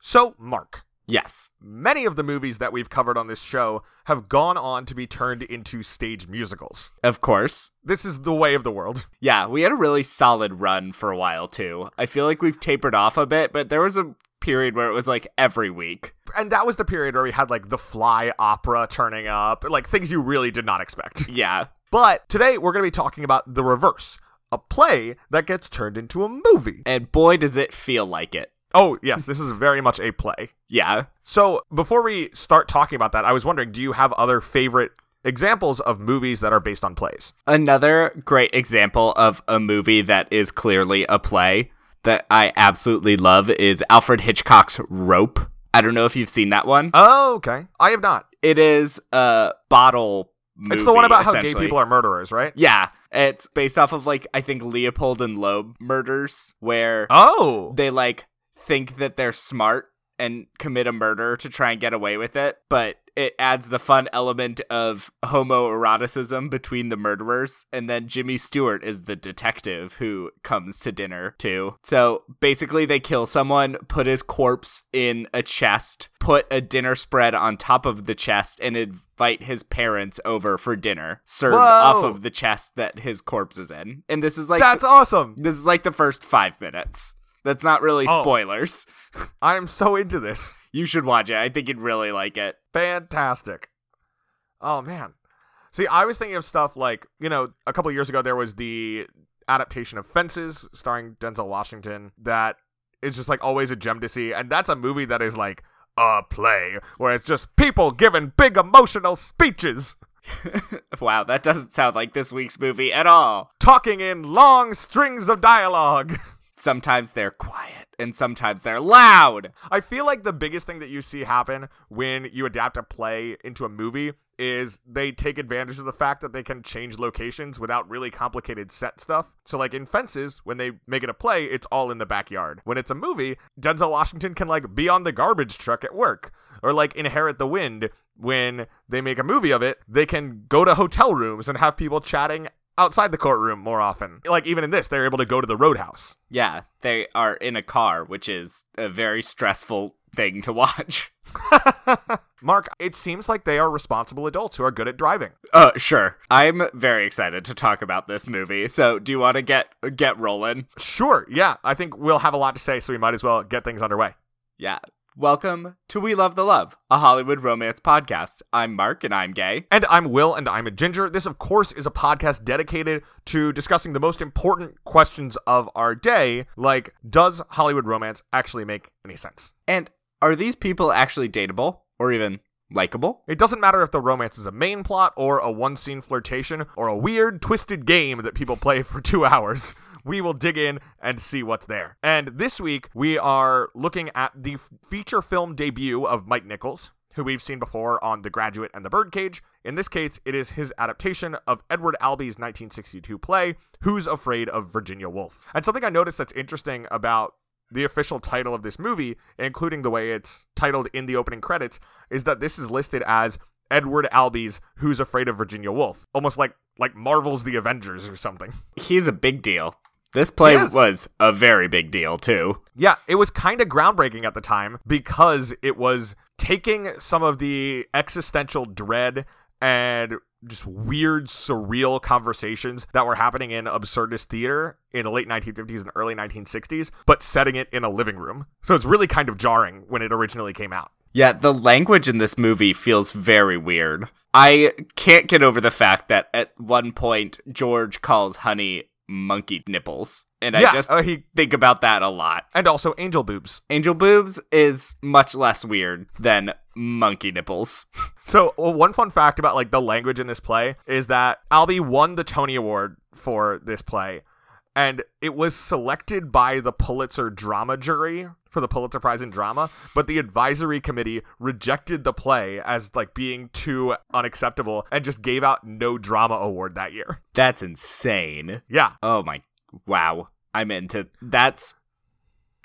So, Mark, Yes. many of the movies that we've covered on this show have gone on to be turned into stage musicals. Of course. This is the way of the world. Yeah, we had a really solid run for a while too. I feel like we've tapered off a bit, but there was a period where it was like every week. And that was the period where we had like the fly opera turning up, like things you really did not expect. Yeah. But today we're going to be talking about the reverse a play that gets turned into a movie. And boy, does it feel like it. Oh, yes, this is very much a play. Yeah. So before we start talking about that, I was wondering do you have other favorite examples of movies that are based on plays? Another great example of a movie that is clearly a play that I absolutely love is Alfred Hitchcock's Rope. I don't know if you've seen that one. Oh, okay. I have not. It is a bottle movie. it's the one about how gay essentially. people are murderers, right? Yeah. It's based off of like I think Leopold and Loeb murders where Oh. they like think that they're smart and commit a murder to try and get away with it, but it adds the fun element of homoeroticism between the murderers, and then Jimmy Stewart is the detective who comes to dinner too. So basically, they kill someone, put his corpse in a chest, put a dinner spread on top of the chest, and invite his parents over for dinner, served Whoa. off of the chest that his corpse is in. And this is like That's awesome. this is like the first five minutes. That's not really Oh. spoilers. I am so into this. You should watch it. I think you'd really like it. Fantastic. Oh man. See, I was thinking of stuff like, you know, a couple of years ago there was the adaptation of Fences starring Denzel Washington that is just like always a gem to see and that's a movie that is like a play where it's just people giving big emotional speeches Wow, that doesn't sound like this week's movie at all. talking in long strings of dialogue. Sometimes they're quiet and sometimes they're loud. I feel like the biggest thing that you see happen when you adapt a play into a movie is they take advantage of the fact that they can change locations without really complicated set stuff. So like in Fences, when they make it a play, it's all in the backyard. When it's a movie, Denzel Washington can like be on the garbage truck at work or like inherit the wind when they make a movie of it, they can go to hotel rooms and have people chatting outside the courtroom more often. Like even in this, they're able to go to the roadhouse. Yeah, they are in a car, which is a very stressful thing to watch. Mark, it seems like they are responsible adults who are good at driving. Uh, sure. I'm very excited to talk about this movie. So, do you want to get get rolling? Sure, yeah, I think we'll have a lot to say, so we might as well get things underway. Yeah. Welcome to We Love the Love, a Hollywood romance podcast. I'm Mark and I'm gay. And I'm Will, and I'm a Ginger. This, of course, is a podcast dedicated to discussing the most important questions of our day, like does Hollywood romance actually make any sense? And are these people actually dateable or even likable? It doesn't matter if the romance is a main plot or a one scene flirtation or a weird, twisted game that people play for two hours. We will dig in and see what's there. And this week, we are looking at the f- feature film debut of Mike Nichols, who we've seen before on The Graduate and The Birdcage. In this case, it is his adaptation of Edward Albee's 1962 play, Who's Afraid of Virginia Woolf? And something I noticed that's interesting about the official title of this movie, including the way it's titled in the opening credits, is that this is listed as Edward Albee's Who's Afraid of Virginia Woolf. Almost like like Marvel's The Avengers or something. He's a big deal. This play Yes. was a very big deal, too. Yeah, it was kind of groundbreaking at the time because it was taking some of the existential dread and just weird, surreal conversations that were happening in absurdist theater in the late 1950s and early 1960s, but setting it in a living room. So it's really kind of jarring when it originally came out. Yeah, the language in this movie feels very weird. I can't get over the fact that at one point, George calls Honey monkey nipples. And yeah, I just uh, he think about that a lot. and also angel boobs. Angel boobs is much less weird than monkey nipples. So well, one fun fact about like the language in this play is that Albee won the Tony Award for this play, and it was selected by the Pulitzer Drama Jury for the Pulitzer Prize in Drama, but the advisory committee rejected the play as like being too unacceptable and just gave out no drama award that year. That's insane. Yeah, Oh my wow. I'm into that's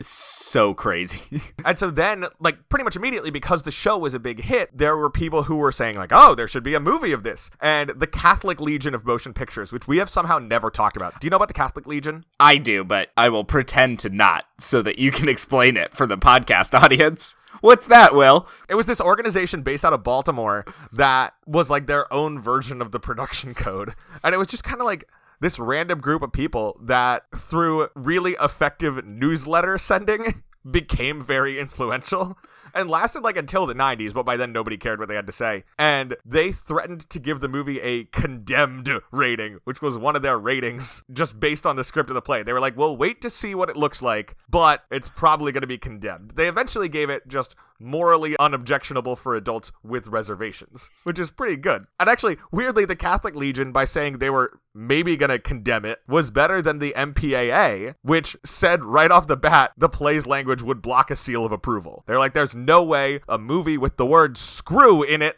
so crazy. And so then, like, pretty much immediately, because the show was a big hit, there were people who were saying, like, oh, there should be a movie of this. And the Catholic Legion of Motion Pictures, which we have somehow never talked about. Do you know about the Catholic Legion? I do, but I will pretend to not so that you can explain it for the podcast audience. What's that, Will? It was this organization based out of Baltimore that was like their own version of the production code. And it was just kind of like, this random group of people that through really effective newsletter sending became very influential and lasted like until the 90s but by then nobody cared what they had to say and they threatened to give the movie a condemned rating which was one of their ratings just based on the script of the play they were like we'll wait to see what it looks like but it's probably going to be condemned they eventually gave it just morally unobjectionable for adults with reservations, which is pretty good. And actually, weirdly, the Catholic Legion, by saying they were maybe going to condemn it, was better than the MPAA, which said right off the bat the play's language would block a seal of approval. They're like, there's no way a movie with the word screw in it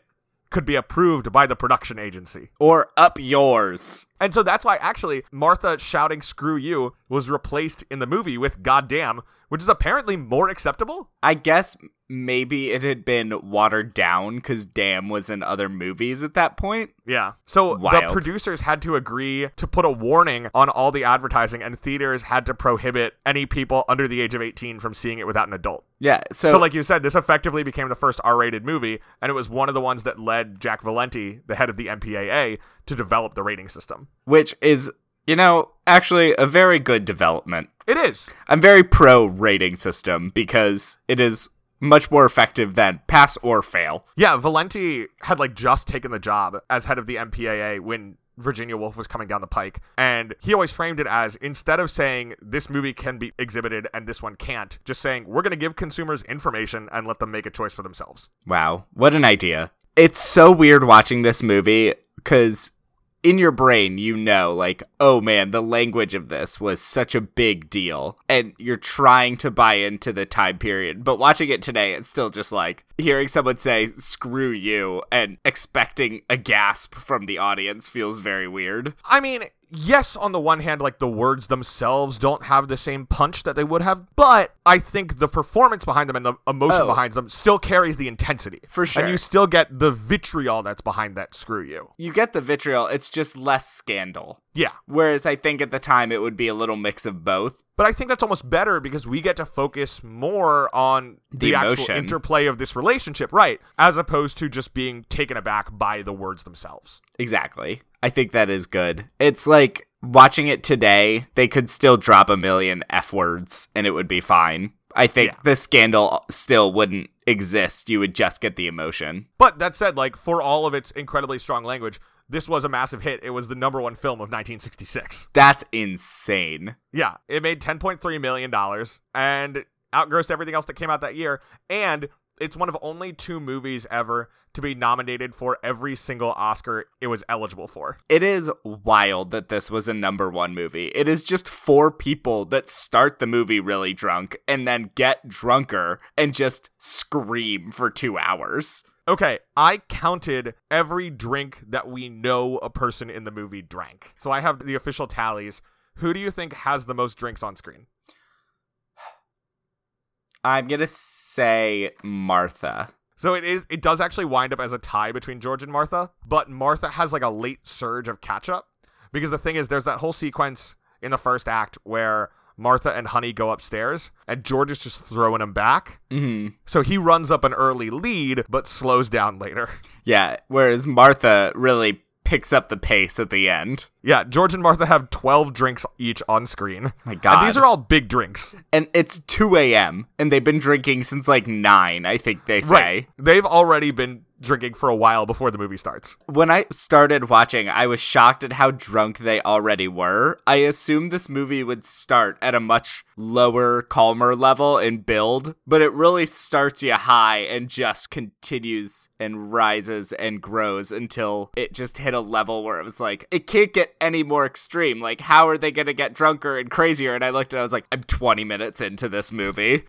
could be approved by the production agency. Or up yours. And so that's why actually Martha shouting screw you was replaced in the movie with goddamn, which is apparently more acceptable. I guess maybe it had been watered down because damn was in other movies at that point. Yeah. So the Wild. producers had to agree to put a warning on all the advertising, and theaters had to prohibit any people under the age of 18 from seeing it without an adult. Yeah, so, So, like you said, this effectively became the first R rated movie, and it was one of the ones that led Jack Valenti, the head of the MPAA, to develop the rating system. which is, you know, actually a very good development. It is. I'm very pro rating system because it is much more effective than pass or fail. Yeah, Valenti had like just taken the job as head of the MPAA when Virginia Woolf was coming down the pike, and he always framed it as instead of saying this movie can be exhibited and this one can't, just saying we're going to give consumers information and let them make a choice for themselves. Wow, what an idea. It's so weird watching this movie because in your brain, you know, like, oh man, the language of this was such a big deal. And you're trying to buy into the time period. But watching it today, it's still just like hearing someone say, screw you, and expecting a gasp from the audience feels very weird. I mean, yes, on the one hand, like the words themselves don't have the same punch that they would have, but I think the performance behind them and the emotion Oh. behind them still carries the intensity. For sure. And you still get the vitriol that's behind that screw you. You get the vitriol, it's just less scandal. Yeah. Whereas I think at the time it would be a little mix of both. But I think that's almost better because we get to focus more on the, The actual emotion. interplay of this relationship, right? As opposed to just being taken aback by the words themselves. Exactly. I think that is good. It's like watching it today, they could still drop a million F words and it would be fine. I think Yeah. the scandal still wouldn't exist. You would just get the emotion. But that said, like, for all of its incredibly strong language, this was a massive hit. It was the number one film of 1966. That's insane. Yeah, it made $10.3 million and outgrossed everything else that came out that year. And it's one of only two movies ever to be nominated for every single Oscar it was eligible for. It is wild that this was a number one movie. It is just four people that start the movie really drunk and then get drunker and just scream for two hours. Okay, I counted every drink that we know a person in the movie drank. So I have the official tallies. Who do you think has the most drinks on screen? I'm going to say Martha. So it is it does actually wind up as a tie between George and Martha, but Martha has like a late surge of catch up because the thing is there's that whole sequence in the first act where Martha and Honey go upstairs and George is just throwing him back. Mm-hmm. So he runs up an early lead but slows down later. Yeah, whereas Martha really picks up the pace at the end. Yeah, George and Martha have 12 drinks each on screen. My God. And these are all big drinks. And it's 2 a.m., and they've been drinking since like 9, I think they say. They've already been drinking for a while before the movie starts. When I started watching, I was shocked at how drunk they already were. I assumed this movie would start at a much lower, calmer level and build, but it really starts you high and just continues and rises and grows until it just hit a level where it was like, it can't get any more extreme. Like, how are they going to get drunker and crazier? And I looked and I was like, I'm 20 minutes into this movie.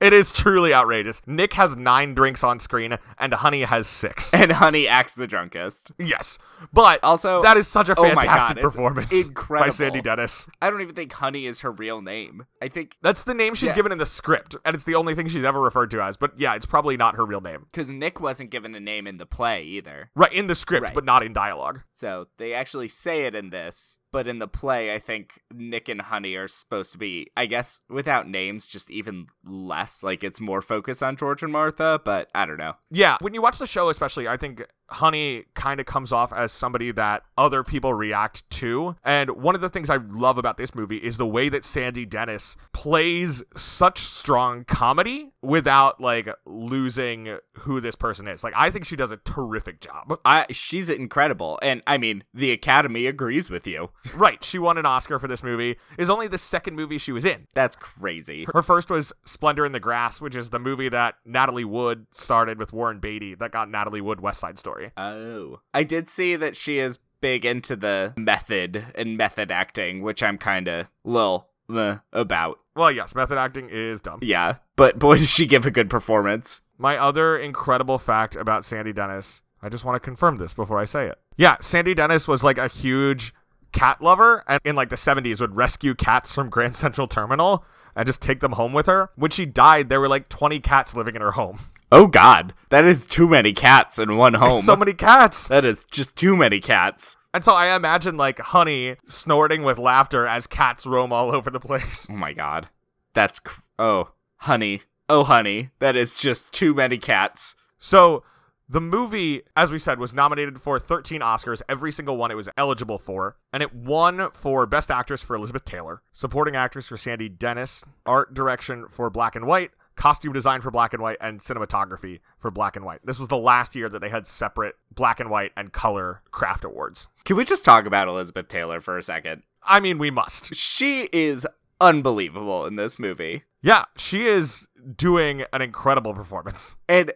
It is truly outrageous. Nick has nine drinks on screen, and Honey has six. and Honey acts the drunkest. Yes, but Also, that is such a oh my God, fantastic it's performance by incredible. Sandy Dennis. I don't even think Honey is her real name. I think That's the name she's Yeah. given in the script, and it's the only thing she's ever referred to as. But yeah, it's probably not her real name, because Nick wasn't given a name in the play either. right? In the script, Right. but not in dialogue. So they actually say it in this, but in the play, I think Nick and Honey are supposed to be, I guess, without names, just even less. Like it's more focus on George and Martha, but I don't know. Yeah, when you watch the show, especially, I think Honey kind of comes off as somebody that other people react to. And one of the things I love about this movie is the way that Sandy Dennis plays such strong comedy without like losing who this person is. Like, I think she does a terrific job. I she's incredible, and I mean the Academy agrees with you. right, she won an Oscar for this movie. Is only the second movie she was in. That's crazy. Her first was Splendor in the Grass, which is the movie that Natalie Wood started with Warren Beatty that got Natalie Wood West Side Story. Oh, I did see that she is big into the method and method acting, which I'm kind of little meh about. Well, yes, method acting is dumb. Yeah, but boy, does she give a good performance. My other incredible fact about Sandy Dennis, I just want to confirm this before I say it. Yeah, Sandy Dennis was like a huge cat lover and in like the 70s would rescue cats from Grand Central Terminal and just take them home with her. When she died, there were like 20 cats living in her home. Oh God, that is too many cats in one home. So many cats. That is just too many cats. And so I imagine like honey snorting with laughter as cats roam all over the place. Oh my god. That's cr- oh, honey. Oh honey, that is just too many cats. So the movie, as we said, was nominated for 13 Oscars, every single one it was eligible for, and it won for Best Actress for Elizabeth Taylor, Supporting Actress for Sandy Dennis, Art Direction for Black and White, Costume Design for Black and White, and Cinematography for Black and White. This was the last year that they had separate Black and White and Color Craft Awards. Can we just talk about Elizabeth Taylor for a second? I mean, we must. She is unbelievable in this movie. Yeah, she is doing an incredible performance. And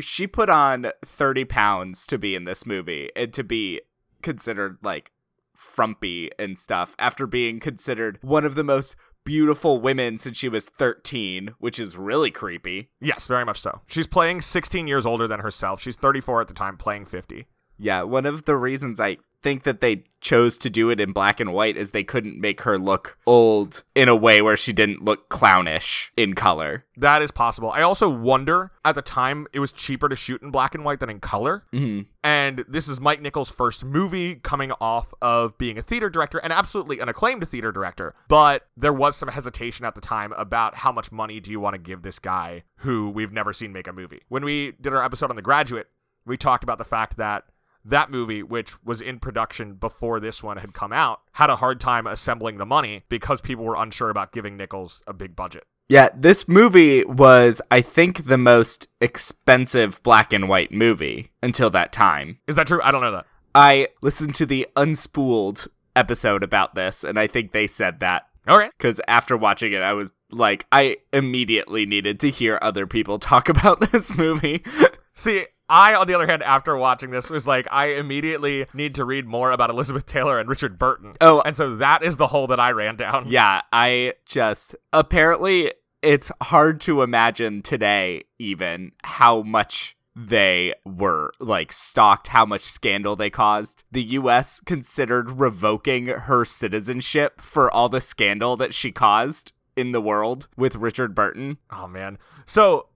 she put on 30 pounds to be in this movie and to be considered like frumpy and stuff after being considered one of the most beautiful women since she was 13, which is really creepy. Yes, very much so. She's playing 16 years older than herself. She's 34 at the time, playing 50. Yeah, one of the reasons I think that they chose to do it in black and white is they couldn't make her look old in a way where she didn't look clownish in color. That is possible. I also wonder at the time it was cheaper to shoot in black and white than in color. Mm-hmm. And this is Mike Nichols' first movie coming off of being a theater director and absolutely an acclaimed theater director. But there was some hesitation at the time about how much money do you want to give this guy who we've never seen make a movie. When we did our episode on The Graduate, we talked about the fact that that movie, which was in production before this one had come out, had a hard time assembling the money because people were unsure about giving Nichols a big budget. Yeah, this movie was, I think, the most expensive black and white movie until that time. Is that true? I don't know that. I listened to the Unspooled episode about this, and I think they said that Okay. because after watching it, I was like, I immediately needed to hear other people talk about this movie. See, I, on the other hand, after watching this, was like, I immediately need to read more about Elizabeth Taylor and Richard Burton. Oh. and so that is the hole that I ran down. Yeah, I just apparently it's hard to imagine today even how much they were like stalked, how much scandal they caused. The US considered revoking her citizenship for all the scandal that she caused in the world with Richard Burton. Oh man. So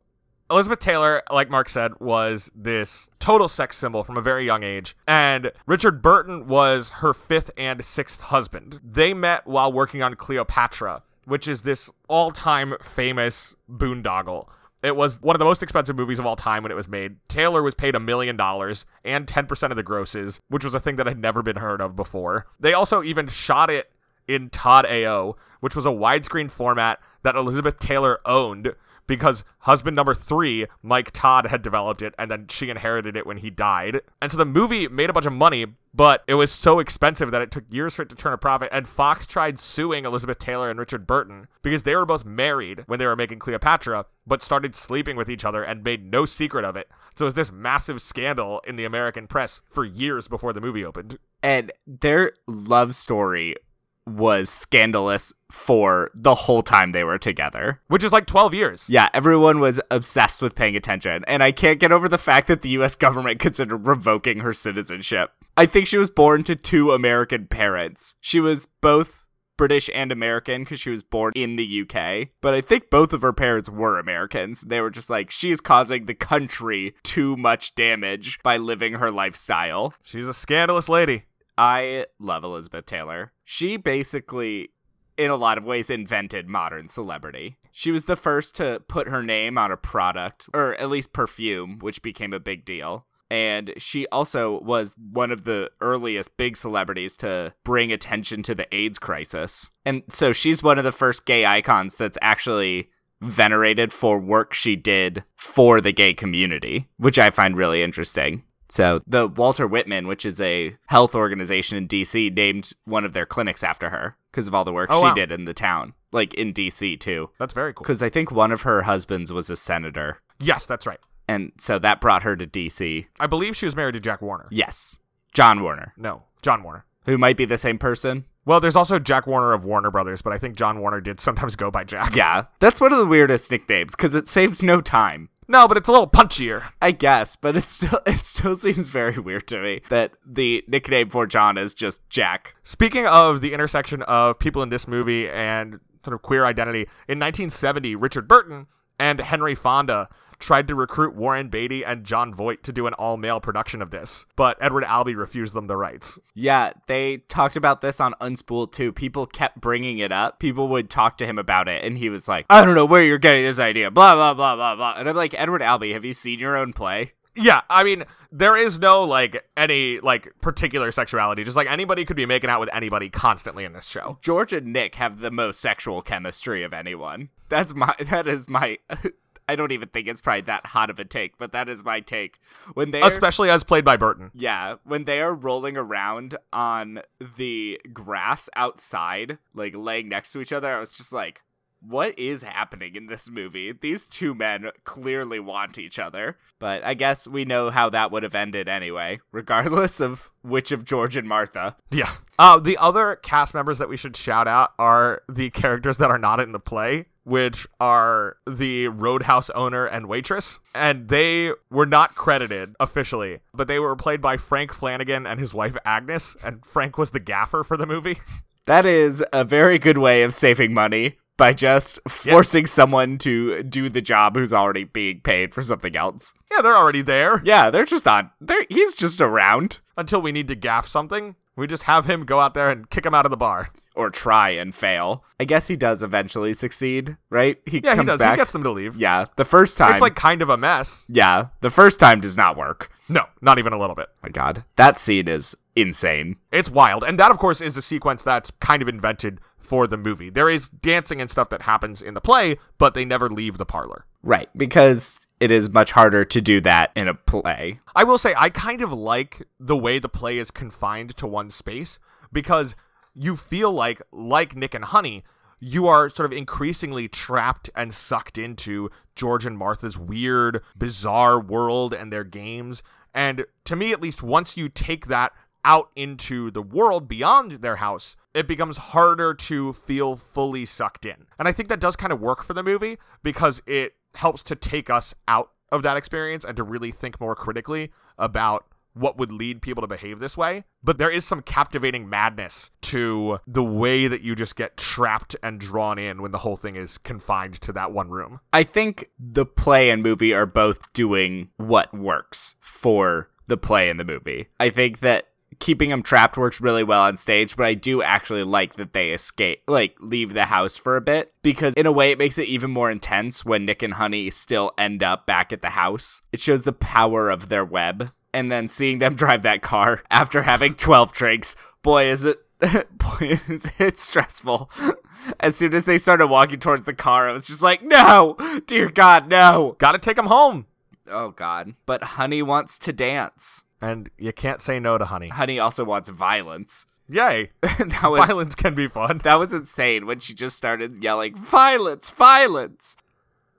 Elizabeth Taylor, like Mark said, was this total sex symbol from a very young age, and Richard Burton was her fifth and sixth husband. They met while working on Cleopatra, which is this all-time famous boondoggle. It was one of the most expensive movies of all time when it was made. Taylor was paid a million dollars and 10% of the grosses, which was a thing that had never been heard of before. They also even shot it in Todd AO, which was a widescreen format that Elizabeth Taylor owned because husband number three, Mike Todd, had developed it and then she inherited it when he died. And so the movie made a bunch of money, but it was so expensive that it took years for it to turn a profit. And Fox tried suing Elizabeth Taylor and Richard Burton because they were both married when they were making Cleopatra, but started sleeping with each other and made no secret of it. So it was this massive scandal in the American press for years before the movie opened. And their love story was scandalous for the whole time they were together. which is like 12 years. Yeah, everyone was obsessed with paying attention, and I can't get over the fact that the US government considered revoking her citizenship. I think she was born to two American parents. She was both British and American because she was born in the UK, but I think both of her parents were Americans. They were just like, she's causing the country too much damage by living her lifestyle. She's a scandalous lady. I love Elizabeth Taylor. She basically, in a lot of ways, invented modern celebrity. She was the first to put her name on a product, or at least perfume, which became a big deal. And she also was one of the earliest big celebrities to bring attention to the AIDS crisis. And so she's one of the first gay icons that's actually venerated for work she did for the gay community, which I find really interesting. So the Walter Whitman, which is a health organization in DC, named one of their clinics after her because of all the work Oh, she wow. did in the town, like in DC too. That's very cool. Because I think one of her husbands was a senator, Yes, that's right. and so that brought her to DC. I believe she was married to Jack Warner. Yes, John Warner, No, John Warner. who might be the same person. Well, there's also Jack Warner of Warner Brothers, but I think John Warner did sometimes go by Jack. Yeah, that's one of the weirdest nicknames because it saves no time. No, but it's a little punchier. I guess, but it still it still seems very weird to me that the nickname for John is just Jack. Speaking of the intersection of people in this movie and sort of queer identity, in 1970, Richard Burton and Henry Fonda tried to recruit Warren Beatty and John Voight to do an all male production of this, but Edward Albee refused them the rights. Yeah, they talked about this on Unspooled too. People kept bringing it up. People would talk to him about it, and he was like, "I don't know where you're getting this idea." Blah blah blah blah blah. And I'm like, Edward Albee, have you seen your own play? Yeah, I mean, there is no like any like particular sexuality. Just like anybody could be making out with anybody constantly in this show. George and Nick have the most sexual chemistry of anyone. That's my. That is my. I don't even think it's probably that hot of a take, but that is my take. When they are Especially as played by Burton. Yeah, when they are rolling around on the grass outside, like laying next to each other, I was just like, what is happening in this movie? These two men clearly want each other. But I guess we know how that would have ended anyway, regardless of which of George and Martha. Yeah. Uh, the other cast members that we should shout out are the characters that are not in the play, which are the roadhouse owner and waitress. And they were not credited officially, but they were played by Frank Flanagan and his wife Agnes. And Frank was the gaffer for the movie. That is a very good way of saving money by just forcing someone to do the job who's already being paid for something else. yeah, they're already there. Yeah, they're just on. They're, he's just around. Until we need to gaff something, we just have him go out there and kick him out of the bar. or try and fail. I guess he does eventually succeed, right? He Yeah, comes he does. back. He gets them to leave. yeah, the first time. It's like kind of a mess. yeah, the first time does not work. No, not even a little bit. my god, that scene is insane. It's wild. And that, of course, is a sequence that's kind of invented for the movie. There is dancing and stuff that happens in the play, but they never leave the parlor. Right, because it is much harder to do that in a play. I will say, I kind of like the way the play is confined to one space because you feel like, like Nick and Honey, you are sort of increasingly trapped and sucked into George and Martha's weird, bizarre world and their games. And to me, at least, once you take that out into the world beyond their house, it becomes harder to feel fully sucked in. And I think that does kind of work for the movie because it helps to take us out of that experience and to really think more critically about what would lead people to behave this way. But there is some captivating madness to the way that you just get trapped and drawn in when the whole thing is confined to that one room. I think the play and movie are both doing what works for the play and the movie. I think that keeping them trapped works really well on stage, but I do actually like that they escape, like leave the house for a bit, because in a way it makes it even more intense when Nick and Honey still end up back at the house. It shows the power of their web. And then seeing them drive that car after having 12 drinks, boy, is it. Boy, is it stressful. As soon as they started walking towards the car, I was just like, no, dear God, no. Gotta take them home. Oh, God. But Honey wants to dance. And you can't say no to honey. Honey also wants violence. Yay. that was Violence can be fun. that was insane when she just started yelling, "Violence! Violence!"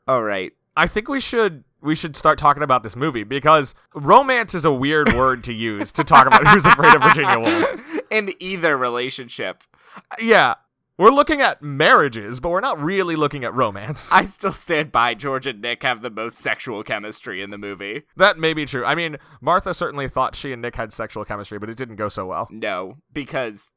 All right. I think we should we should start talking about this movie because romance is a weird word to use to talk about who's afraid of Virginia Woolf. In either relationship, Yeah. We're looking at marriages, but we're not really looking at romance. I still stand by George and Nick have the most sexual chemistry in the movie. that may be true. I mean, Martha certainly thought she and Nick had sexual chemistry, but it didn't go so well. No, because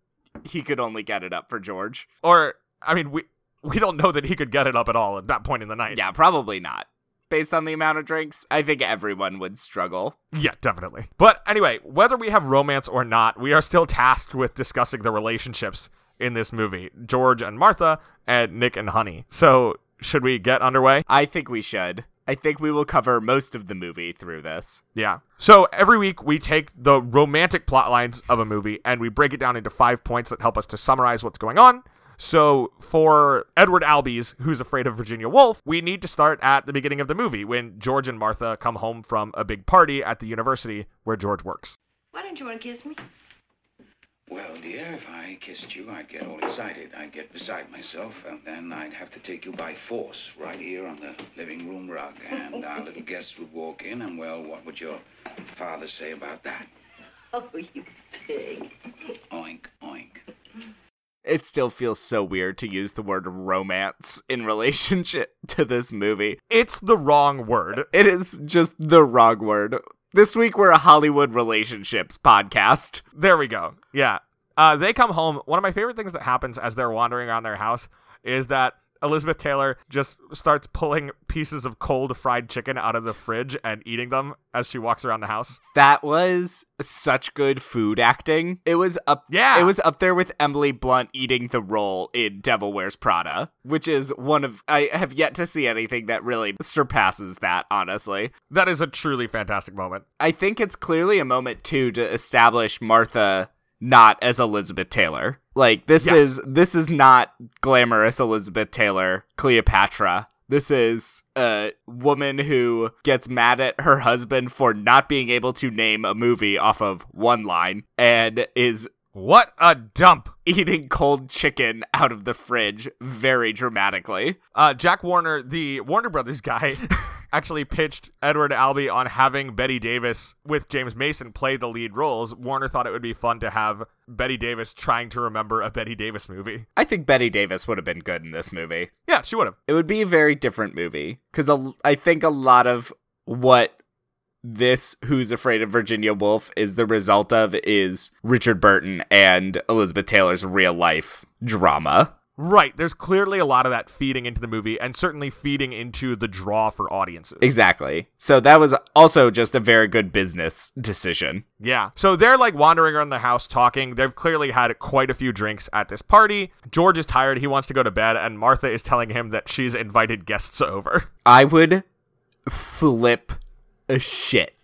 he could only get it up for George. Or, I mean, we we don't know that he could get it up at all at that point in the night. Yeah, probably not. Based on the amount of drinks, I think everyone would struggle. Yeah, definitely. But anyway, whether we have romance or not, we are still tasked with discussing the relationships in this movie George and Martha, and Nick and Honey. So, should we get underway? I think we should. I think we will cover most of the movie through this. Yeah. So, every week we take the romantic plot lines of a movie and we break it down into five points that help us to summarize what's going on. So, for Edward Albee's Who's Afraid of Virginia Woolf, we need to start at the beginning of the movie when George and Martha come home from a big party at the university where George works. Why don't you want to kiss me? Well, dear, if I kissed you, I'd get all excited. I'd get beside myself, and then I'd have to take you by force right here on the living room rug. And our little guests would walk in, and well, what would your father say about that? Oh, you pig. Oink, oink. It still feels so weird to use the word romance in relationship to this movie. It's the wrong word. It is just the wrong word. This week we're a Hollywood relationships podcast. There we go. Yeah. Uh, they come home. One of my favorite things that happens as they're wandering around their house is that Elizabeth Taylor just starts pulling pieces of cold fried chicken out of the fridge and eating them as she walks around the house. That was such good food acting. It was up Yeah. It was up there with Emily Blunt eating the role in Devil Wears Prada, which is one of I have yet to see anything that really surpasses that, honestly. That is a truly fantastic moment. I think it's clearly a moment too to establish Martha not as Elizabeth Taylor. Like this Yes. is this is not glamorous Elizabeth Taylor, Cleopatra. This is a woman who gets mad at her husband for not being able to name a movie off of one line and is What a dump. eating cold chicken out of the fridge very dramatically. Uh, Jack Warner, the Warner Brothers guy, actually pitched Edward Albee on having Betty Davis with James Mason play the lead roles. Warner thought it would be fun to have Betty Davis trying to remember a Betty Davis movie. I think Betty Davis would have been good in this movie. Yeah, she would have. it would be a very different movie because I think a lot of what this Who's Afraid of Virginia Woolf is the result of is Richard Burton and Elizabeth Taylor's real life drama. Right. There's clearly a lot of that feeding into the movie and certainly feeding into the draw for audiences. Exactly. So that was also just a very good business decision. yeah. So they're like wandering around the house talking. They've clearly had quite a few drinks at this party. George is tired. He wants to go to bed. And Martha is telling him that she's invited guests over. I would flip a shit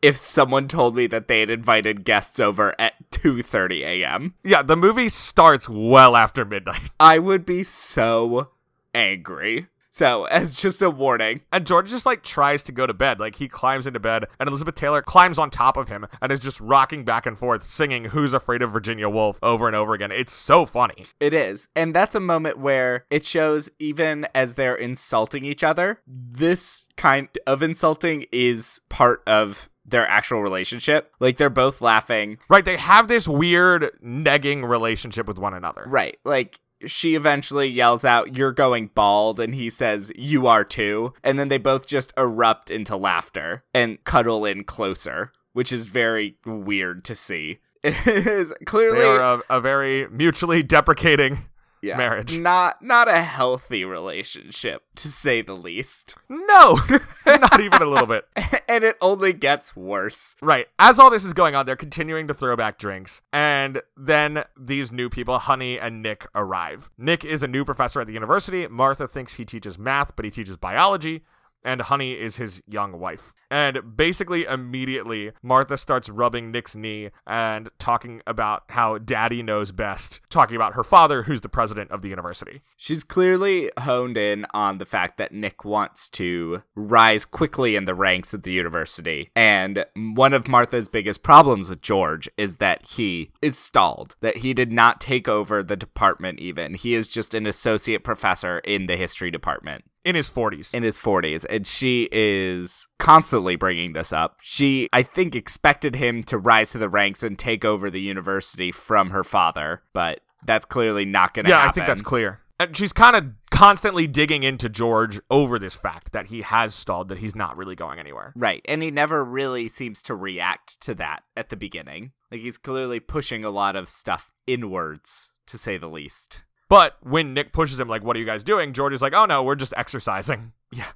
if someone told me that they had invited guests over at 2:30 a.m. yeah. The movie starts well after midnight. I would be so angry. So, as just a warning, And George just like tries to go to bed. Like he climbs into bed and Elizabeth Taylor climbs on top of him and is just rocking back and forth singing Who's Afraid of Virginia Woolf over and over again. It's so funny. it is. And that's a moment where it shows even as they're insulting each other, this kind of insulting is part of their actual relationship. Like they're both laughing. Right, they have this weird negging relationship with one another. Right. Like she eventually yells out, You're going bald. And he says, You are too. And then they both just erupt into laughter and cuddle in closer, which is very weird to see. It is clearly They are uh, a, a very mutually deprecating. yeah. marriage. Not not a healthy relationship, to say the least. No, not even a little bit. and it only gets worse. Right. As all this is going on, they're continuing to throw back drinks. And then these new people, Honey and Nick, arrive. Nick is a new professor at the university. Martha thinks he teaches math, but he teaches biology. And Honey is his young wife. And basically, immediately, Martha starts rubbing Nick's knee and talking about how daddy knows best, talking about her father, who's the president of the university. She's clearly honed in on the fact that Nick wants to rise quickly in the ranks at the university. And one of Martha's biggest problems with George is that he is stalled, that he did not take over the department even. He is just an associate professor in the history department. In his 40s. in his 40s and she is constantly bringing this up she i think expected him to rise to the ranks and take over the university from her father but that's clearly not going to yeah, happen. I think that's clear. And she's kind of constantly digging into George over this fact that he has stalled, that he's not really going anywhere. Right. And he never really seems to react to that at the beginning. Like he's clearly pushing a lot of stuff inwards, to say the least. But when Nick pushes him, like, what are you guys doing? George is like, oh no, we're just exercising. Yeah.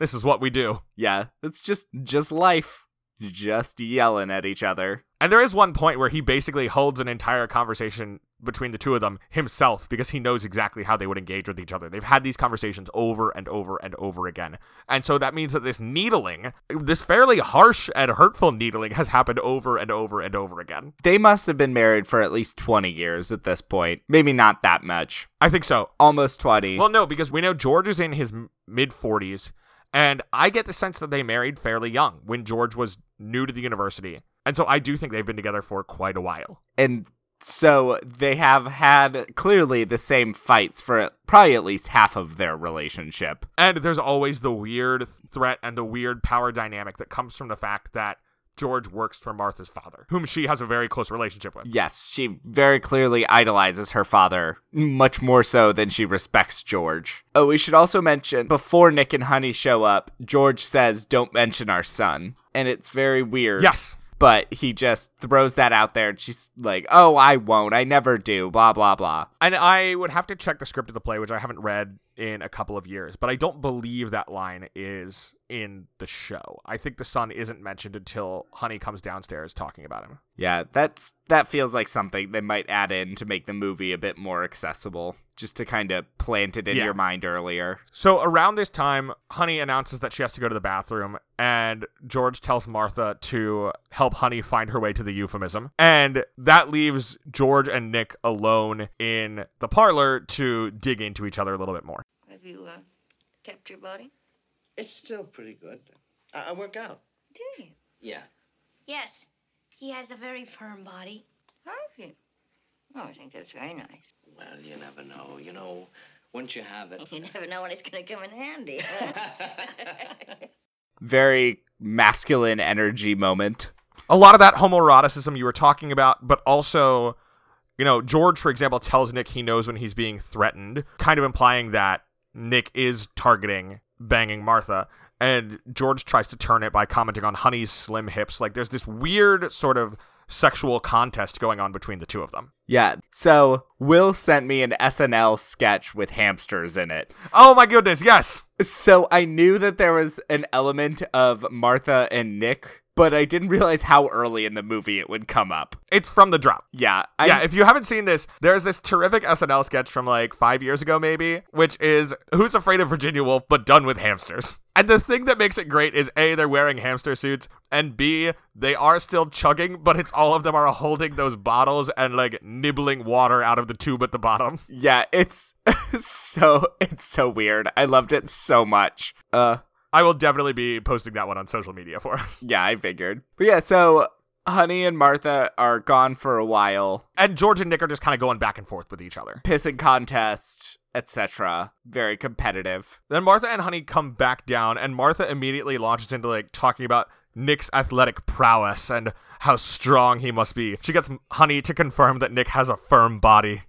This is what we do. Yeah, it's just just life. Just yelling at each other. And there is one point where he basically holds an entire conversation between the two of them himself because he knows exactly how they would engage with each other. They've had these conversations over and over and over again. And so that means that this needling, this fairly harsh and hurtful needling, has happened over and over and over again. They must have been married for at least 20 years at this point. Maybe not that much. I think so. Almost 20. Well, no, because we know George is in his mid 40s, and I get the sense that they married fairly young when George was new to the university. And so I do think they've been together for quite a while. and so they have had clearly the same fights for probably at least half of their relationship. And there's always the weird threat and the weird power dynamic that comes from the fact that George works for Martha's father, whom she has a very close relationship with. Yes, she very clearly idolizes her father, much more so than she respects George. Oh, we should also mention before Nick and Honey show up, George says, Don't mention our son. And it's very weird. Yes. But he just throws that out there and she's like, Oh, I won't. I never do. Blah, blah, blah. And I would have to check the script of the play, which I haven't read in a couple of years, but I don't believe that line is in the show. I think the son isn't mentioned until Honey comes downstairs talking about him. Yeah, that's that feels like something they might add in to make the movie a bit more accessible, just to kind of plant it in Yeah. your mind earlier. So around this time, Honey announces that she has to go to the bathroom, and George tells Martha to help Honey find her way to the euphemism. And that leaves George and Nick alone in the parlor to dig into each other a little bit more. Have you uh, kept your body? It's still pretty good. I, I work out. Do you? Yeah. Yes, he has a very firm body. Have you? Oh, I think that's very nice. Well, you never know. You know, once you have it. You never know when it's going to come in handy. Very masculine energy moment. a lot of that homoeroticism you were talking about, but also, you know, George, for example, tells Nick he knows when he's being threatened, kind of implying that Nick is targeting banging Martha. And George tries to turn it by commenting on Honey's slim hips. Like, there's this weird sort of sexual contest going on between the two of them. Yeah. So Will sent me an SNL sketch with hamsters in it. Oh my goodness, yes! So I knew that there was an element of Martha and Nick, but I didn't realize how early in the movie it would come up. It's from the drop. Yeah. I, yeah, if you haven't seen this, there's this terrific SNL sketch from like five years ago, maybe, which is Who's Afraid of Virginia Woolf but done with hamsters? And the thing that makes it great is A, they're wearing hamster suits, and B, they are still chugging, but it's all of them are holding those bottles and like nibbling water out of the tube at the bottom. yeah, it's so it's so weird. I loved it so much. Uh I will definitely be posting that one on social media for us. Yeah, I figured. But yeah, so Honey and Martha are gone for a while, And George and Nick are just kind of going back and forth with each other. pissing contest, etc. Very competitive. Then Martha and Honey come back down, and Martha immediately launches into like talking about Nick's athletic prowess and how strong he must be. She gets Honey to confirm that Nick has a firm body,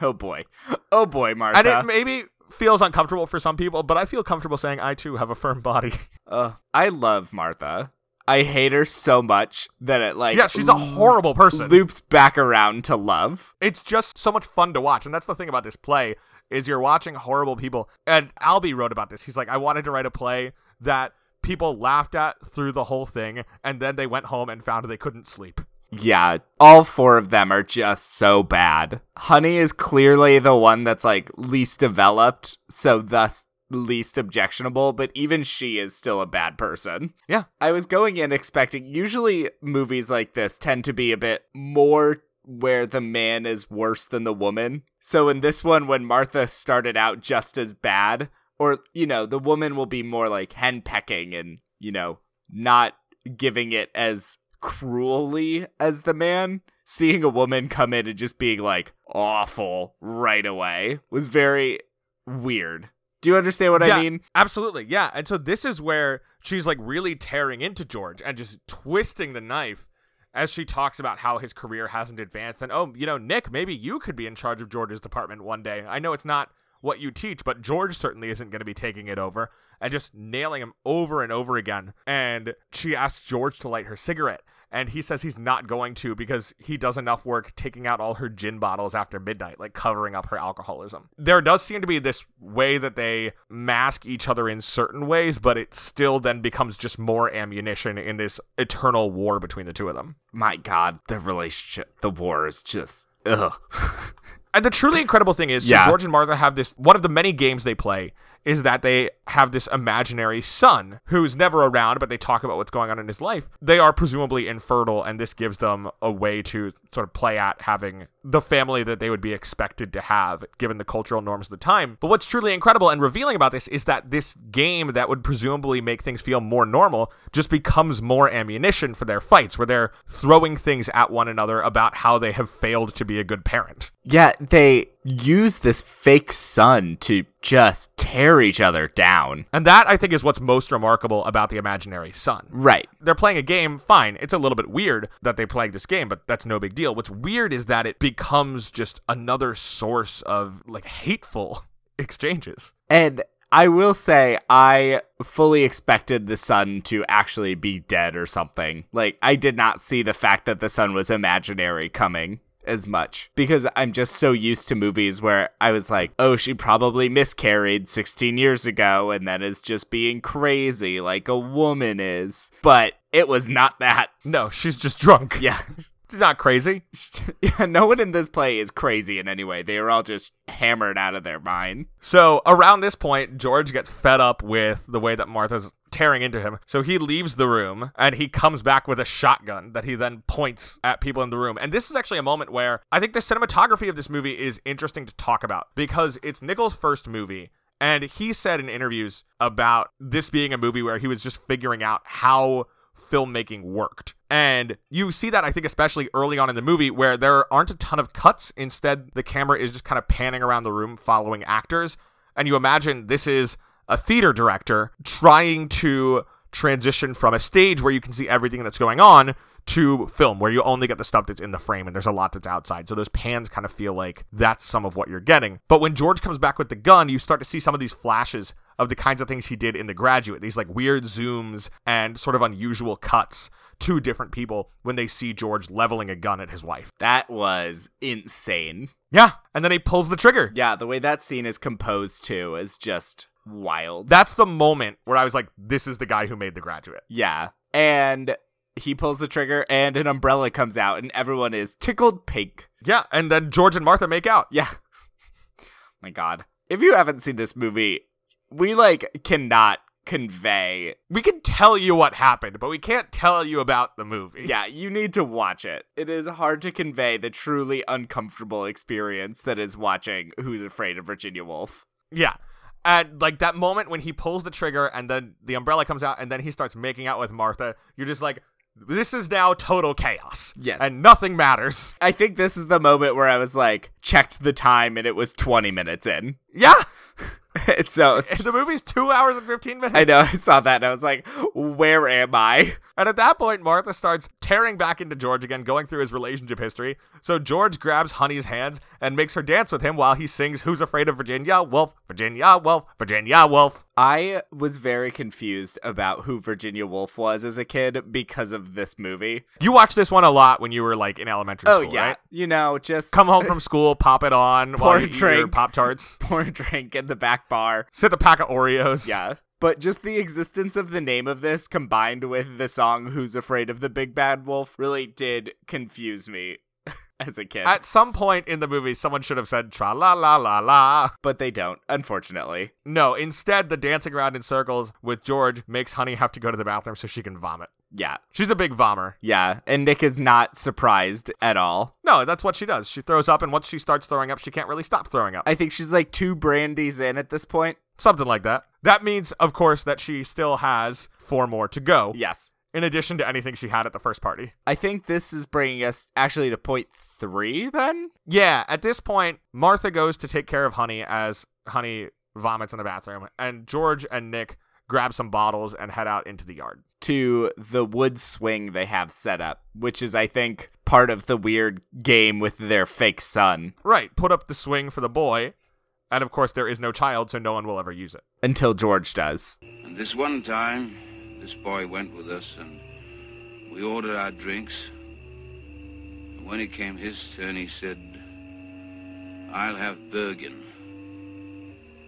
oh boy. Oh boy, Martha. and it maybe feels uncomfortable for some people, but I feel comfortable saying I too have a firm body. Ugh. I love Martha. I hate her so much that it like yeah, she's a horrible person. loops back around to love. it's just so much fun to watch and that's the thing about this play is you're watching horrible people and albie wrote about this he's like i wanted to write a play that people laughed at through the whole thing and then they went home and found they couldn't sleep Yeah, all four of them are just so bad. Honey is clearly the one that's like least developed, so thus least objectionable, but even she is still a bad person. Yeah. I was going in expecting, usually movies like this tend to be a bit more where the man is worse than the woman. So in this one, when Martha started out just as bad, or, you know, the woman will be more like henpecking and, you know, not giving it as cruelly as the man. Seeing a woman come in and just being like awful right away was very weird. Do you understand what I Yeah. mean? absolutely yeah and so this is where she's like really tearing into george and just twisting the knife as she talks about how his career hasn't advanced and oh, you know, Nick, maybe you could be in charge of George's department one day. I know it's not what you teach, but George certainly isn't going to be taking it over and just nailing him over and over again. And she asks George to light her cigarette. And he says he's not going to because he does enough work taking out all her gin bottles after midnight, like covering up her alcoholism. There does seem to be this way that they mask each other in certain ways, but it still then becomes just more ammunition in this eternal war between the two of them. My God, the relationship, the war is just ugh. And the truly incredible thing is, so Yeah. George and Martha have this one of the many games they play is that they have this imaginary son who's never around, but they talk about what's going on in his life. They are presumably infertile, and this gives them a way to sort of play at having the family that they would be expected to have, given the cultural norms of the time. But what's truly incredible and revealing about this is that this game that would presumably make things feel more normal just becomes more ammunition for their fights, where they're throwing things at one another about how they have failed to be a good parent. Yeah, they use this fake sun to just tear each other down. And that, I think, is what's most remarkable about the imaginary son. Right. They're playing a game, fine. It's a little bit weird that they play this game, but that's no big deal. What's weird is that it becomes just another source of like hateful exchanges. And I will say, I fully expected the sun to actually be dead or something. Like, I did not see the fact that the sun was imaginary coming as much because I'm just so used to movies where I was like, oh, she probably miscarried 16 years ago and then is just being crazy like a woman is. But it was not that. No, she's just drunk. Yeah. She's not crazy. yeah, no one in this play is crazy in any way. They are all just hammered out of their mind. So around this point, George gets fed up with the way that Martha's tearing into him. So he leaves the room and he comes back with a shotgun that he then points at people in the room. And this is actually a moment where I think the cinematography of this movie is interesting to talk about because it's Nichols' first movie. And he said in interviews about this being a movie where he was just figuring out how filmmaking worked. And you see that, I think, especially early on in the movie, where there aren't a ton of cuts. Instead, the camera is just kind of panning around the room following actors. And you imagine this is a theater director trying to transition from a stage where you can see everything that's going on to film where you only get the stuff that's in the frame and there's a lot that's outside. So those pans kind of feel like that's some of what you're getting. But when George comes back with the gun, you start to see some of these flashes of the kinds of things he did in The Graduate, these like weird zooms and sort of unusual cuts to different people when they see George leveling a gun at his wife. That was insane. Yeah. And then he pulls the trigger. Yeah, the way that scene is composed too is just wild. That's the moment where I was like, this is the guy who made The Graduate. yeah. And he pulls the trigger and an umbrella comes out and everyone is tickled pink. Yeah. And then George and Martha make out. Yeah. My god. If you haven't seen this movie, we like cannot convey. We can tell you what happened, but we can't tell you about the movie. Yeah, you need to watch it. It is hard to convey the truly uncomfortable experience that is watching Who's Afraid of Virginia Woolf. Yeah. And like that moment when he pulls the trigger and then the umbrella comes out and then he starts making out with Martha, you're just like, this is now total chaos. Yes. And nothing matters. I think this is the moment where I was like, checked the time and it was 20 minutes in. Yeah. it's so. It's just- the movie's two hours and 15 minutes. I know. I saw that and I was like, where am I? And at that point, Martha starts tearing back into George again, going through his relationship history. So George grabs Honey's hands and makes her dance with him while he sings Who's Afraid of Virginia Woolf? Virginia Woolf, Virginia Woolf. I was very confused about who Virginia Woolf was as a kid because of this movie. You watched this one a lot when you were like in elementary Oh, school, yeah. right? You know, just Come home from school, pop it on, while you eat your Portrait. Pop Tarts. pour a drink in the back bar. Sit a pack of Oreos. Yeah. But just the existence of the name of this combined with the song Who's Afraid of the Big Bad Wolf really did confuse me as a kid. At some point in the movie, someone should have said tra la la la la. but they don't, unfortunately. No, instead, the dancing around in circles with George makes Honey have to go to the bathroom so she can vomit. Yeah. She's a big vommer. Yeah. And Nick is not surprised at all. No, that's what she does. She throws up, and once she starts throwing up, she can't really stop throwing up. I think she's like two brandies in at this point. Something like that. That means, of course, that she still has four more to go, Yes. in addition to anything she had at the first party. I think this is bringing us actually to point three then. Yeah, at this point, Martha goes to take care of Honey as Honey vomits in the bathroom, and George and Nick grab some bottles, and head out into the yard. to the wood swing they have set up, which is, I think, part of the weird game with their fake son Right, put up the swing for the boy, and of course, there is no child, so no one will ever use it. until George does. And this one time, this boy went with us and we ordered our drinks. And when it came his turn, he said, I'll have Bergen.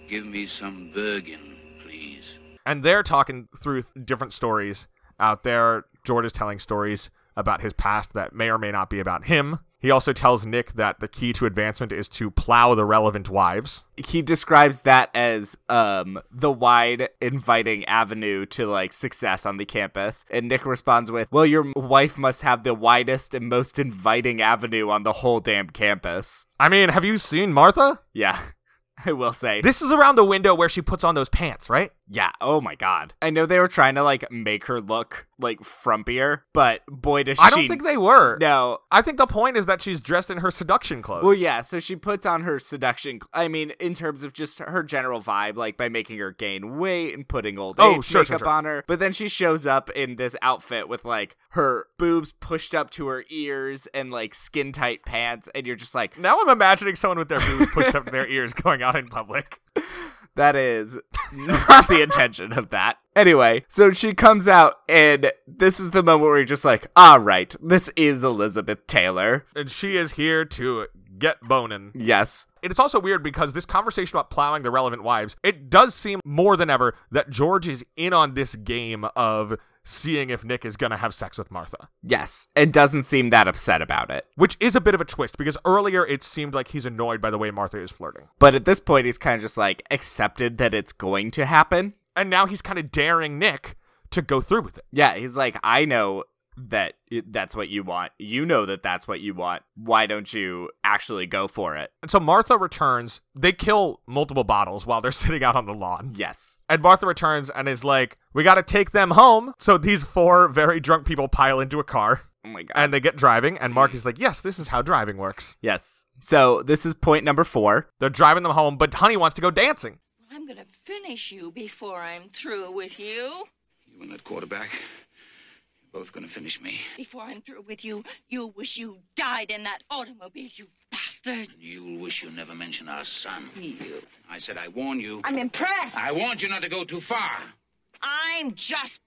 Give me some Bergen, please. And they're talking through th- different stories out there. George is telling stories about his past that may or may not be about him. He also tells Nick that the key to advancement is to plow the relevant wives. He describes that as um, the wide, inviting avenue to like success on the campus. And Nick responds with, Well, your wife must have the widest and most inviting avenue on the whole damn campus. I mean, have you seen Martha? Yeah, I will say. This is around the window where she puts on those pants, right? Yeah, oh my god. I know they were trying to like make her look like frumpier, but boy does I she don't think they were. No. I think the point is that she's dressed in her seduction clothes. Well, yeah, so she puts on her seduction cl- I mean, in terms of just her general vibe, like by making her gain weight and putting old Oh, age sure, makeup sure, sure. on her. But then she shows up in this outfit with like her boobs pushed up to her ears and like skin tight pants, and you're just like, Now I'm imagining someone with their boobs pushed up to their ears going out in public. That is not the intention of that. Anyway, so she comes out, and this is the moment where you're just like, all right, this is Elizabeth Taylor. And she is here to get bonin. Yes. And It's also weird because this conversation about plowing the relevant wives, it does seem more than ever that George is in on this game of seeing if Nick is going to have sex with Martha, Yes. And doesn't seem that upset about it. which is a bit of a twist because earlier it seemed like he's annoyed by the way Martha is flirting. But at this point, he's kind of just like accepted that it's going to happen. And now he's kind of daring Nick to go through with it. Yeah. He's like, I know that i- that's what you want. You know that that's what you want. Why don't you actually go for it? And so Martha returns. They kill multiple bottles while they're sitting out on the lawn. Yes. And Martha returns and is like, We got to take them home. So these four very drunk people pile into a car Oh my God. and they get driving. And Mark is like, Yes, this is how driving works. yes. So this is point number four. They're driving them home, but Honey wants to go dancing. I'm gonna finish you before I'm through with you. You and that quarterback, you're both gonna finish me. Before I'm through with you, you wish you died in that automobile, you bastard. You'll wish you never mentioned our son. You. I said, I warn you. I'm impressed. I warned you not to go too far. I'm just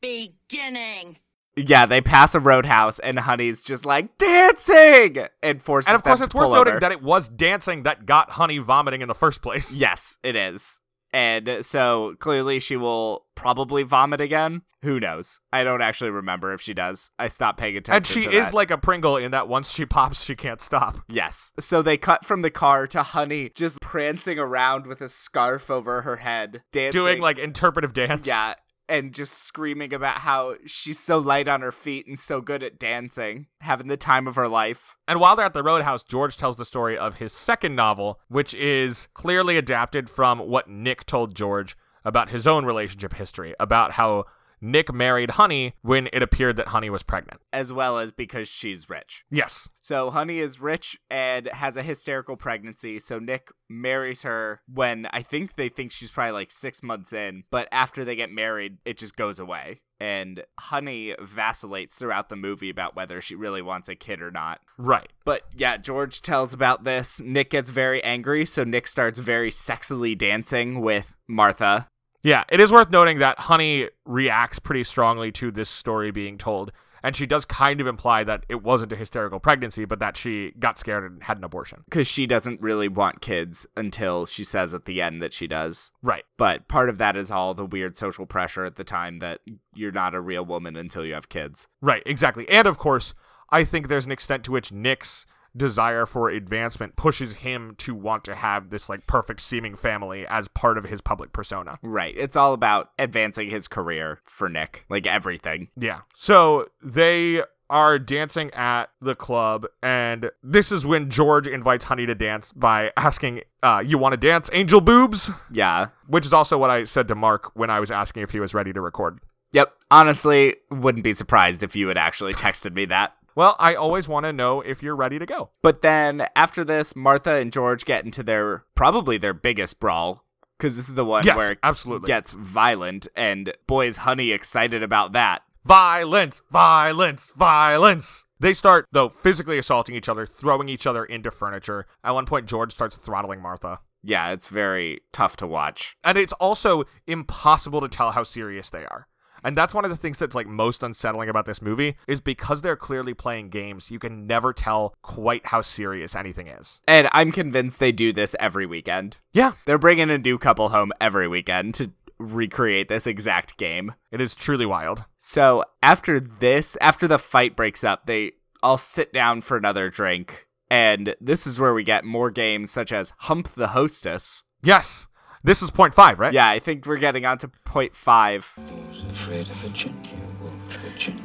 beginning. Yeah, they pass a roadhouse, and Honey's just like dancing, and forces And of course, them it's to worth pull noting over. that it was dancing that got Honey vomiting in the first place. yes, it is, and so clearly she will probably vomit again. Who knows? I don't actually remember if she does. I stopped paying attention. And she to is that. like a Pringle in that once she pops, she can't stop. Yes. So they cut from the car to Honey just prancing around with a scarf over her head, dancing. Doing like interpretive dance. Yeah, and just screaming about how she's so light on her feet and so good at dancing, having the time of her life. And while they're at the roadhouse, George tells the story of his second novel, which is clearly adapted from what Nick told George about his own relationship history, about how Nick married Honey when it appeared that Honey was pregnant. as well as because she's rich. Yes. So Honey is rich and has a hysterical pregnancy. So Nick marries her when I think they think she's probably like six months in, but after they get married, it just goes away. And Honey vacillates throughout the movie about whether she really wants a kid or not. Right. But yeah, George tells about this. Nick gets very angry, so Nick starts very sexily dancing with Martha. Yeah, it is worth noting that Honey reacts pretty strongly to this story being told, and she does kind of imply that it wasn't a hysterical pregnancy, but that she got scared and had an abortion. Because she doesn't really want kids until she says at the end that she does. Right. but part of that is all the weird social pressure at the time that you're not a real woman until you have kids. Right, exactly. And of course, I think there's an extent to which Nick's desire for advancement pushes him to want to have this like perfect seeming family as part of his public persona. Right. It's all about advancing his career for Nick, like everything. Yeah. So they are dancing at the club, and this is when George invites Honey to dance by asking, uh, You want to dance, Angel Boobs? Yeah. Which is also what I said to Mark when I was asking if he was ready to record. Yep. Honestly, wouldn't be surprised if you had actually texted me that. Well, I always want to know if you're ready to go. But then after this, Martha and George get into their probably their biggest brawl because this is the one Yes, where it absolutely. gets violent, and boy is Honey excited about that. Violence, violence, violence. They start, though, physically assaulting each other, throwing each other into furniture. At one point, George starts throttling Martha. Yeah, it's very tough to watch. And it's also impossible to tell how serious they are. And that's one of the things that's like most unsettling about this movie is because they're clearly playing games, you can never tell quite how serious anything is. And I'm convinced they do this every weekend. Yeah, They're bringing a new couple home every weekend to recreate this exact game. it is truly wild. So after this, after the fight breaks up, they all sit down for another drink. And this is where we get more games such as Hump the Hostess. Yes. This is point five, right? Yeah, I think we're getting on to point five. Who's afraid of Virginia Woolf? Virginia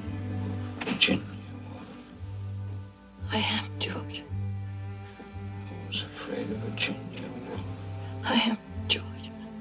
Woolf. Virginia Woolf. I am George. Who's afraid of Virginia Woolf? I am George.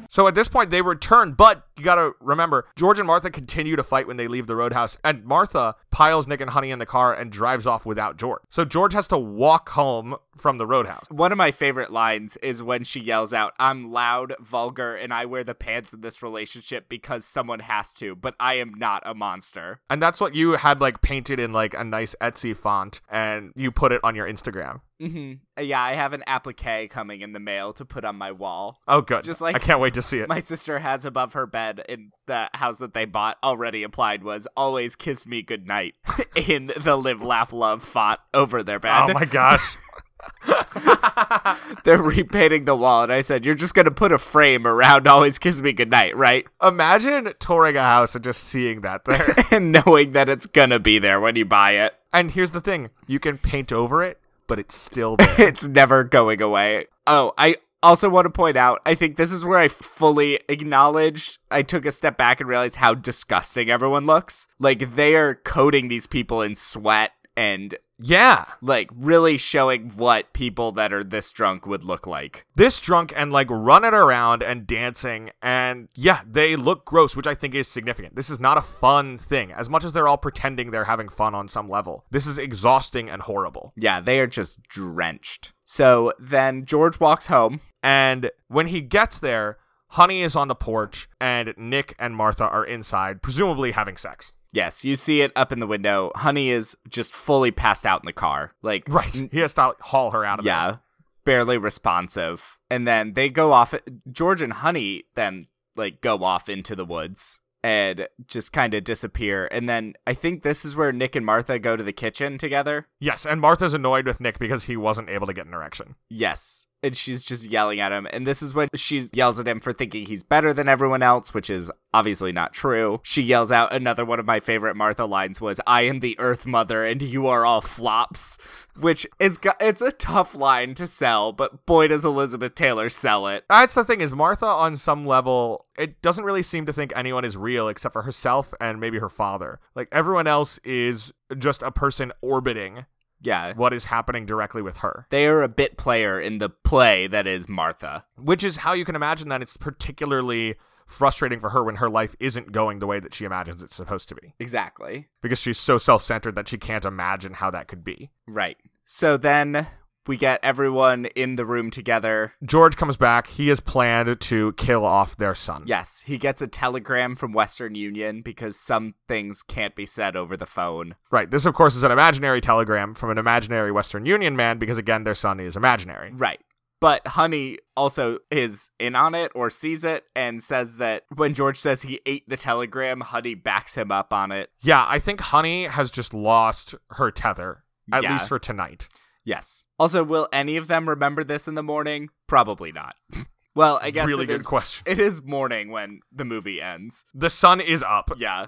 So at this point, they return, but you gotta remember, George and Martha continue to fight when they leave the roadhouse, and Martha piles Nick and Honey in the car and drives off without George. So George has to walk home from the roadhouse. One of my favorite lines is when she yells out, I'm loud, vulgar, and I wear the pants in this relationship because someone has to, but I am not a monster. And that's what you had like painted in like a nice Etsy font, and you put it on your Instagram. Mm-hmm. Yeah, I have an applique coming in the mail to put on my wall. Oh, good. Just like- I can't wait to see it. my sister has above her bed in the house that they bought already applied was always kiss me goodnight in the live laugh love font over their bed oh my gosh. they're repainting the wall and i said you're just gonna put a frame around always kiss me goodnight right Imagine touring a house and just seeing that there. and knowing that it's gonna be there when you buy it and here's the thing you can paint over it, but it's still there. it's never going away oh i also want to point out i think this is where i fully acknowledged i took a step back and realized how disgusting everyone looks like they are coating these people in sweat and yeah. like really showing what people that are this drunk would look like. this drunk and like running around and dancing and yeah they look gross which i think is significant this is not a fun thing as much as they're all pretending they're having fun on some level this is exhausting and horrible Yeah, they are just drenched. So then George walks home. and when he gets there honey is on the porch and nick and martha are inside presumably having sex Yes, you see it up in the window. Honey is just fully passed out in the car. Like right n- he has to like, haul her out of there Mm. yeah, barely responsive. And then they go off George and Honey then like go off into the woods and just kind of disappear. And then I think this is where Nick and Martha go to the kitchen together. yes and martha's annoyed with nick because he wasn't able to get an erection Yes. And she's just yelling at him. And this is when she yells at him for thinking he's better than everyone else, which is obviously not true. She yells out another one of my favorite Martha lines was, I am the Earth Mother and you are all flops, which is, go- it's a tough line to sell, but boy, does Elizabeth Taylor sell it. That's the thing is Martha on some level it doesn't really seem to think anyone is real except for herself and maybe her father. Like everyone else is just a person orbiting Yeah. what is happening directly with her. They are a bit player in the play that is Martha. Which is how you can imagine that it's particularly frustrating for her when her life isn't going the way that she imagines it's supposed to be Exactly. because she's so self-centered that she can't imagine how that could be. Right. So then we get everyone in the room together. George comes back, he has planned to kill off their son. Yes, he gets a telegram from Western Union because some things can't be said over the phone. Right. This of course is an imaginary telegram from an imaginary Western Union man because again their son is imaginary. Right. But Honey also is in on it or sees it and says that when George says he ate the telegram, Honey backs him up on it. Yeah, I think Honey has just lost her tether, at Yeah. least for tonight. Yes. Also, will any of them remember this in the morning? Probably not. well, I guess really it good is- question. it is morning when the movie ends. The sun is up. Yeah.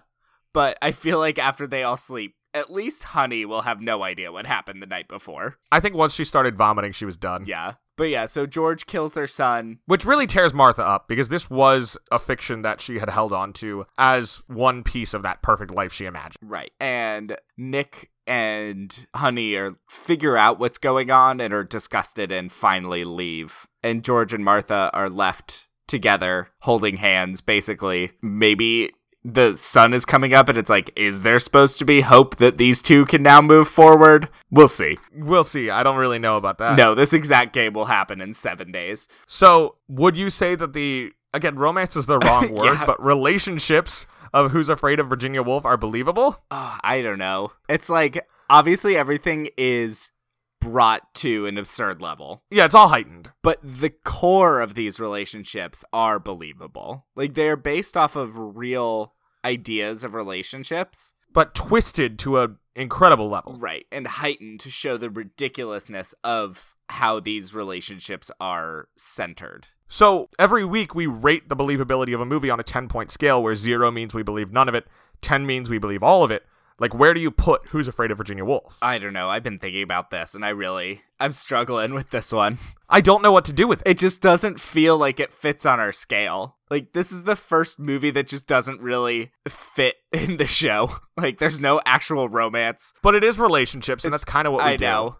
But I feel like after they all sleep, at least Honey will have no idea what happened the night before. I think once she started vomiting, she was done. Yeah. But yeah, so George kills their son. Which really tears Martha up because this was a fiction that she had held on to as one piece of that perfect life she imagined. Right. And Nick and Honey are figure out what's going on and are disgusted and finally leave. And George and Martha are left together holding hands basically. Maybe the sun is coming up and it's like, is there supposed to be hope that these two can now move forward? We'll see. We'll see. I don't really know about that. No, this exact game will happen in seven days. So, would you say that the again romance is the wrong word, Yeah. but relationships of Who's Afraid of Virginia Woolf are believable? Oh, I don't know. It's like, obviously, everything is brought to an absurd level. Yeah, it's all heightened. but the core of these relationships are believable. Like they are based off of real ideas of relationships, but twisted to an incredible level. right? And heightened to show the ridiculousness of how these relationships are centered. So every week we rate the believability of a movie on a 10 point scale where zero means we believe none of it, 10 means we believe all of it. Like, where do you put Who's Afraid of Virginia Woolf? I don't know. I've been thinking about this and I really I'm struggling with this one. I don't know what to do with it. It just doesn't feel like it fits on our scale. Like this is the first movie that just doesn't really fit in the show. Like there's no actual romance. But it is relationships, and It's- that's kind of what we I do. know.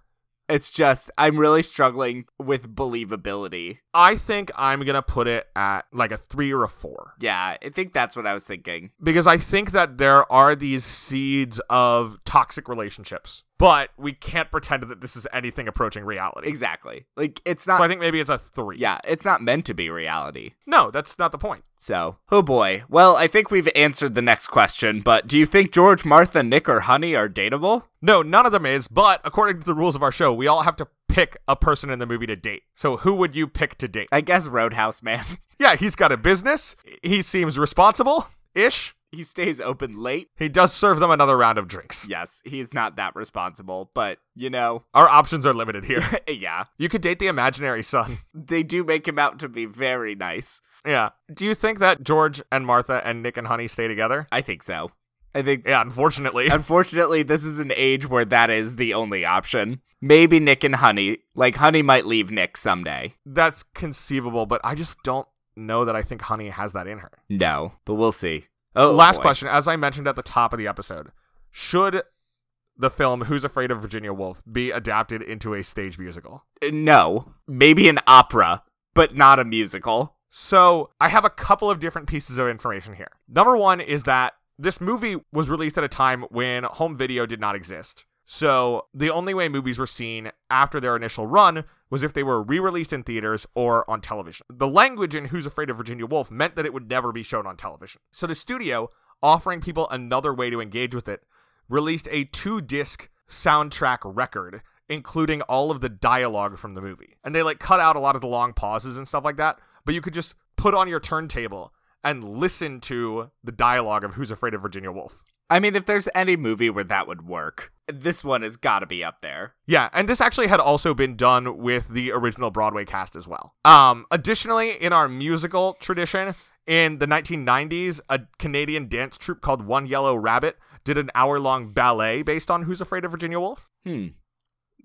It's just I'm really struggling with believability. I think I'm going to put it at like a three or a four. Yeah, I think that's what I was thinking. because I think that there are these seeds of toxic relationships, but we can't pretend that this is anything approaching reality. Exactly. Like it's not So I think maybe it's a three. Yeah, it's not meant to be reality. No, that's not the point. So, oh boy. Well, I think we've answered the next question, but do you think George, Martha, Nick or Honey are dateable? No, none of them is, but according to the rules of our show, we all have to pick a person in the movie to date. So who would you pick to date? I guess Roadhouse man. Yeah, he's got a business. He seems responsible ish. he stays open late. He does serve them another round of drinks. Yes, he's not that responsible, but you know, Our options are limited here. yeah. you could date the imaginary son. They do make him out to be very nice. Yeah. Do you think that George and Martha and Nick and Honey stay together? I think so. I think Yeah, unfortunately. Unfortunately, this is an age where that is the only option. Maybe Nick and Honey. Like, Honey might leave Nick someday. That's conceivable, but I just don't know that I think Honey has that in her. No, but we'll see. Oh, Last boy. question, as I mentioned at the top of the episode, should the film Who's Afraid of Virginia Woolf be adapted into a stage musical? Uh, No, maybe an opera, but not a musical. So, I have a couple of different pieces of information here. Number one is that this movie was released at a time when home video did not exist. So, the only way movies were seen after their initial run was if they were re released in theaters or on television. The language in Who's Afraid of Virginia Woolf meant that it would never be shown on television. So, the studio, offering people another way to engage with it, released a two disc soundtrack record including all of the dialogue from the movie and they like cut out a lot of the long pauses and stuff like that but you could just put on your turntable and listen to the dialogue of who's afraid of virginia woolf I mean, if there's any movie where that would work, this one has got to be up there. yeah and this actually had also been done with the original broadway cast as well um additionally in our musical tradition in the 1990s a canadian dance troupe called one yellow rabbit did an hour-long ballet based on who's afraid of virginia woolf Hmm.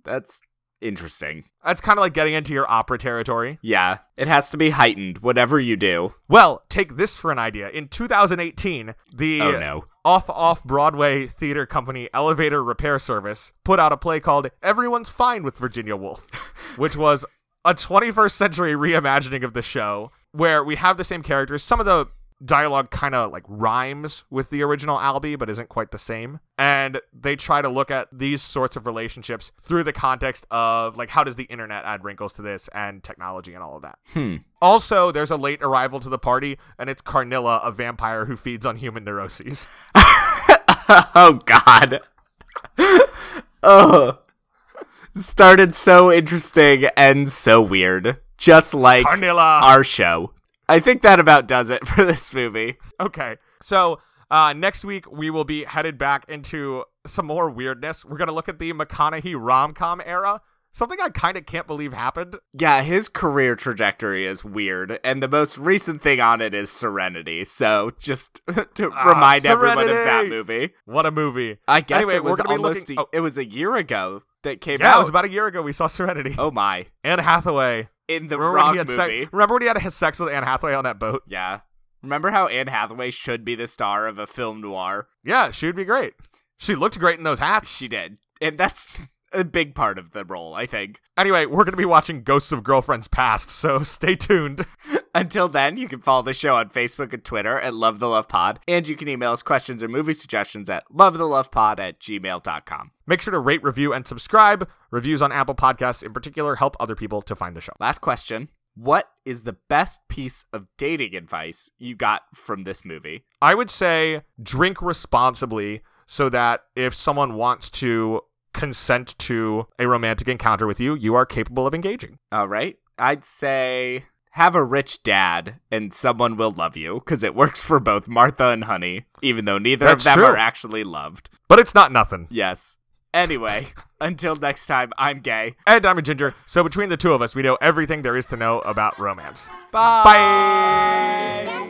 That's interesting. that's kind of like getting into your opera territory Yeah, it has to be heightened, whatever you do. Well, take this for an idea. In 2018, the Oh, no. off off Broadway theater company Elevator Repair Service put out a play called Everyone's Fine with Virginia Woolf, which was a 21st century reimagining of the show where we have the same characters. Some of the dialogue kind of like rhymes with the original Albie but isn't quite the same. And they try to look at these sorts of relationships through the context of like how does the internet add wrinkles to this and technology and all of that. Also, there's a late arrival to the party, and it's Carnilla, a vampire who feeds on human neuroses. oh god. oh. Started so interesting and so weird. Just like Carnilla. our show. I think that about does it for this movie. Okay, so uh, next week we will be headed back into some more weirdness. We're gonna look at the McConaughey rom com era, something I kind of can't believe happened. Yeah, his career trajectory is weird, and the most recent thing on it is Serenity. So just to Ah, remind everyone of that Serenity. movie. What a movie! I guess Anyway, it was we're gonna be almost looking- a- oh. it was a year ago that came Yeah, out. it was about a year ago we saw Serenity. oh my. Anne Hathaway. In the Remember when, wrong he had movie. sex- Remember when he had sex with Anne Hathaway on that boat? Yeah. Remember how Anne Hathaway should be the star of a film noir? Yeah, she would be great. She looked great in those hats. She did. And that's a big part of the role, I think. Anyway, we're going to be watching Ghosts of Girlfriends Past, so stay tuned. Until then, you can follow the show on Facebook and Twitter at Love the Love Pod, and you can email us questions or movie suggestions at lovethelovepod at gmail.com. Make sure to rate, review, and subscribe. Reviews on Apple Podcasts in particular help other people to find the show. Last question What is the best piece of dating advice you got from this movie? I would say drink responsibly so that if someone wants to consent to a romantic encounter with you, you are capable of engaging. All right. I'd say have a rich dad and someone will love you because it works for both Martha and Honey, even though neither That's of them true. are actually loved. But it's not nothing. Yes. Anyway, until next time, I'm gay. And I'm a ginger, so between the two of us, we know everything there is to know about romance. Bye. Bye.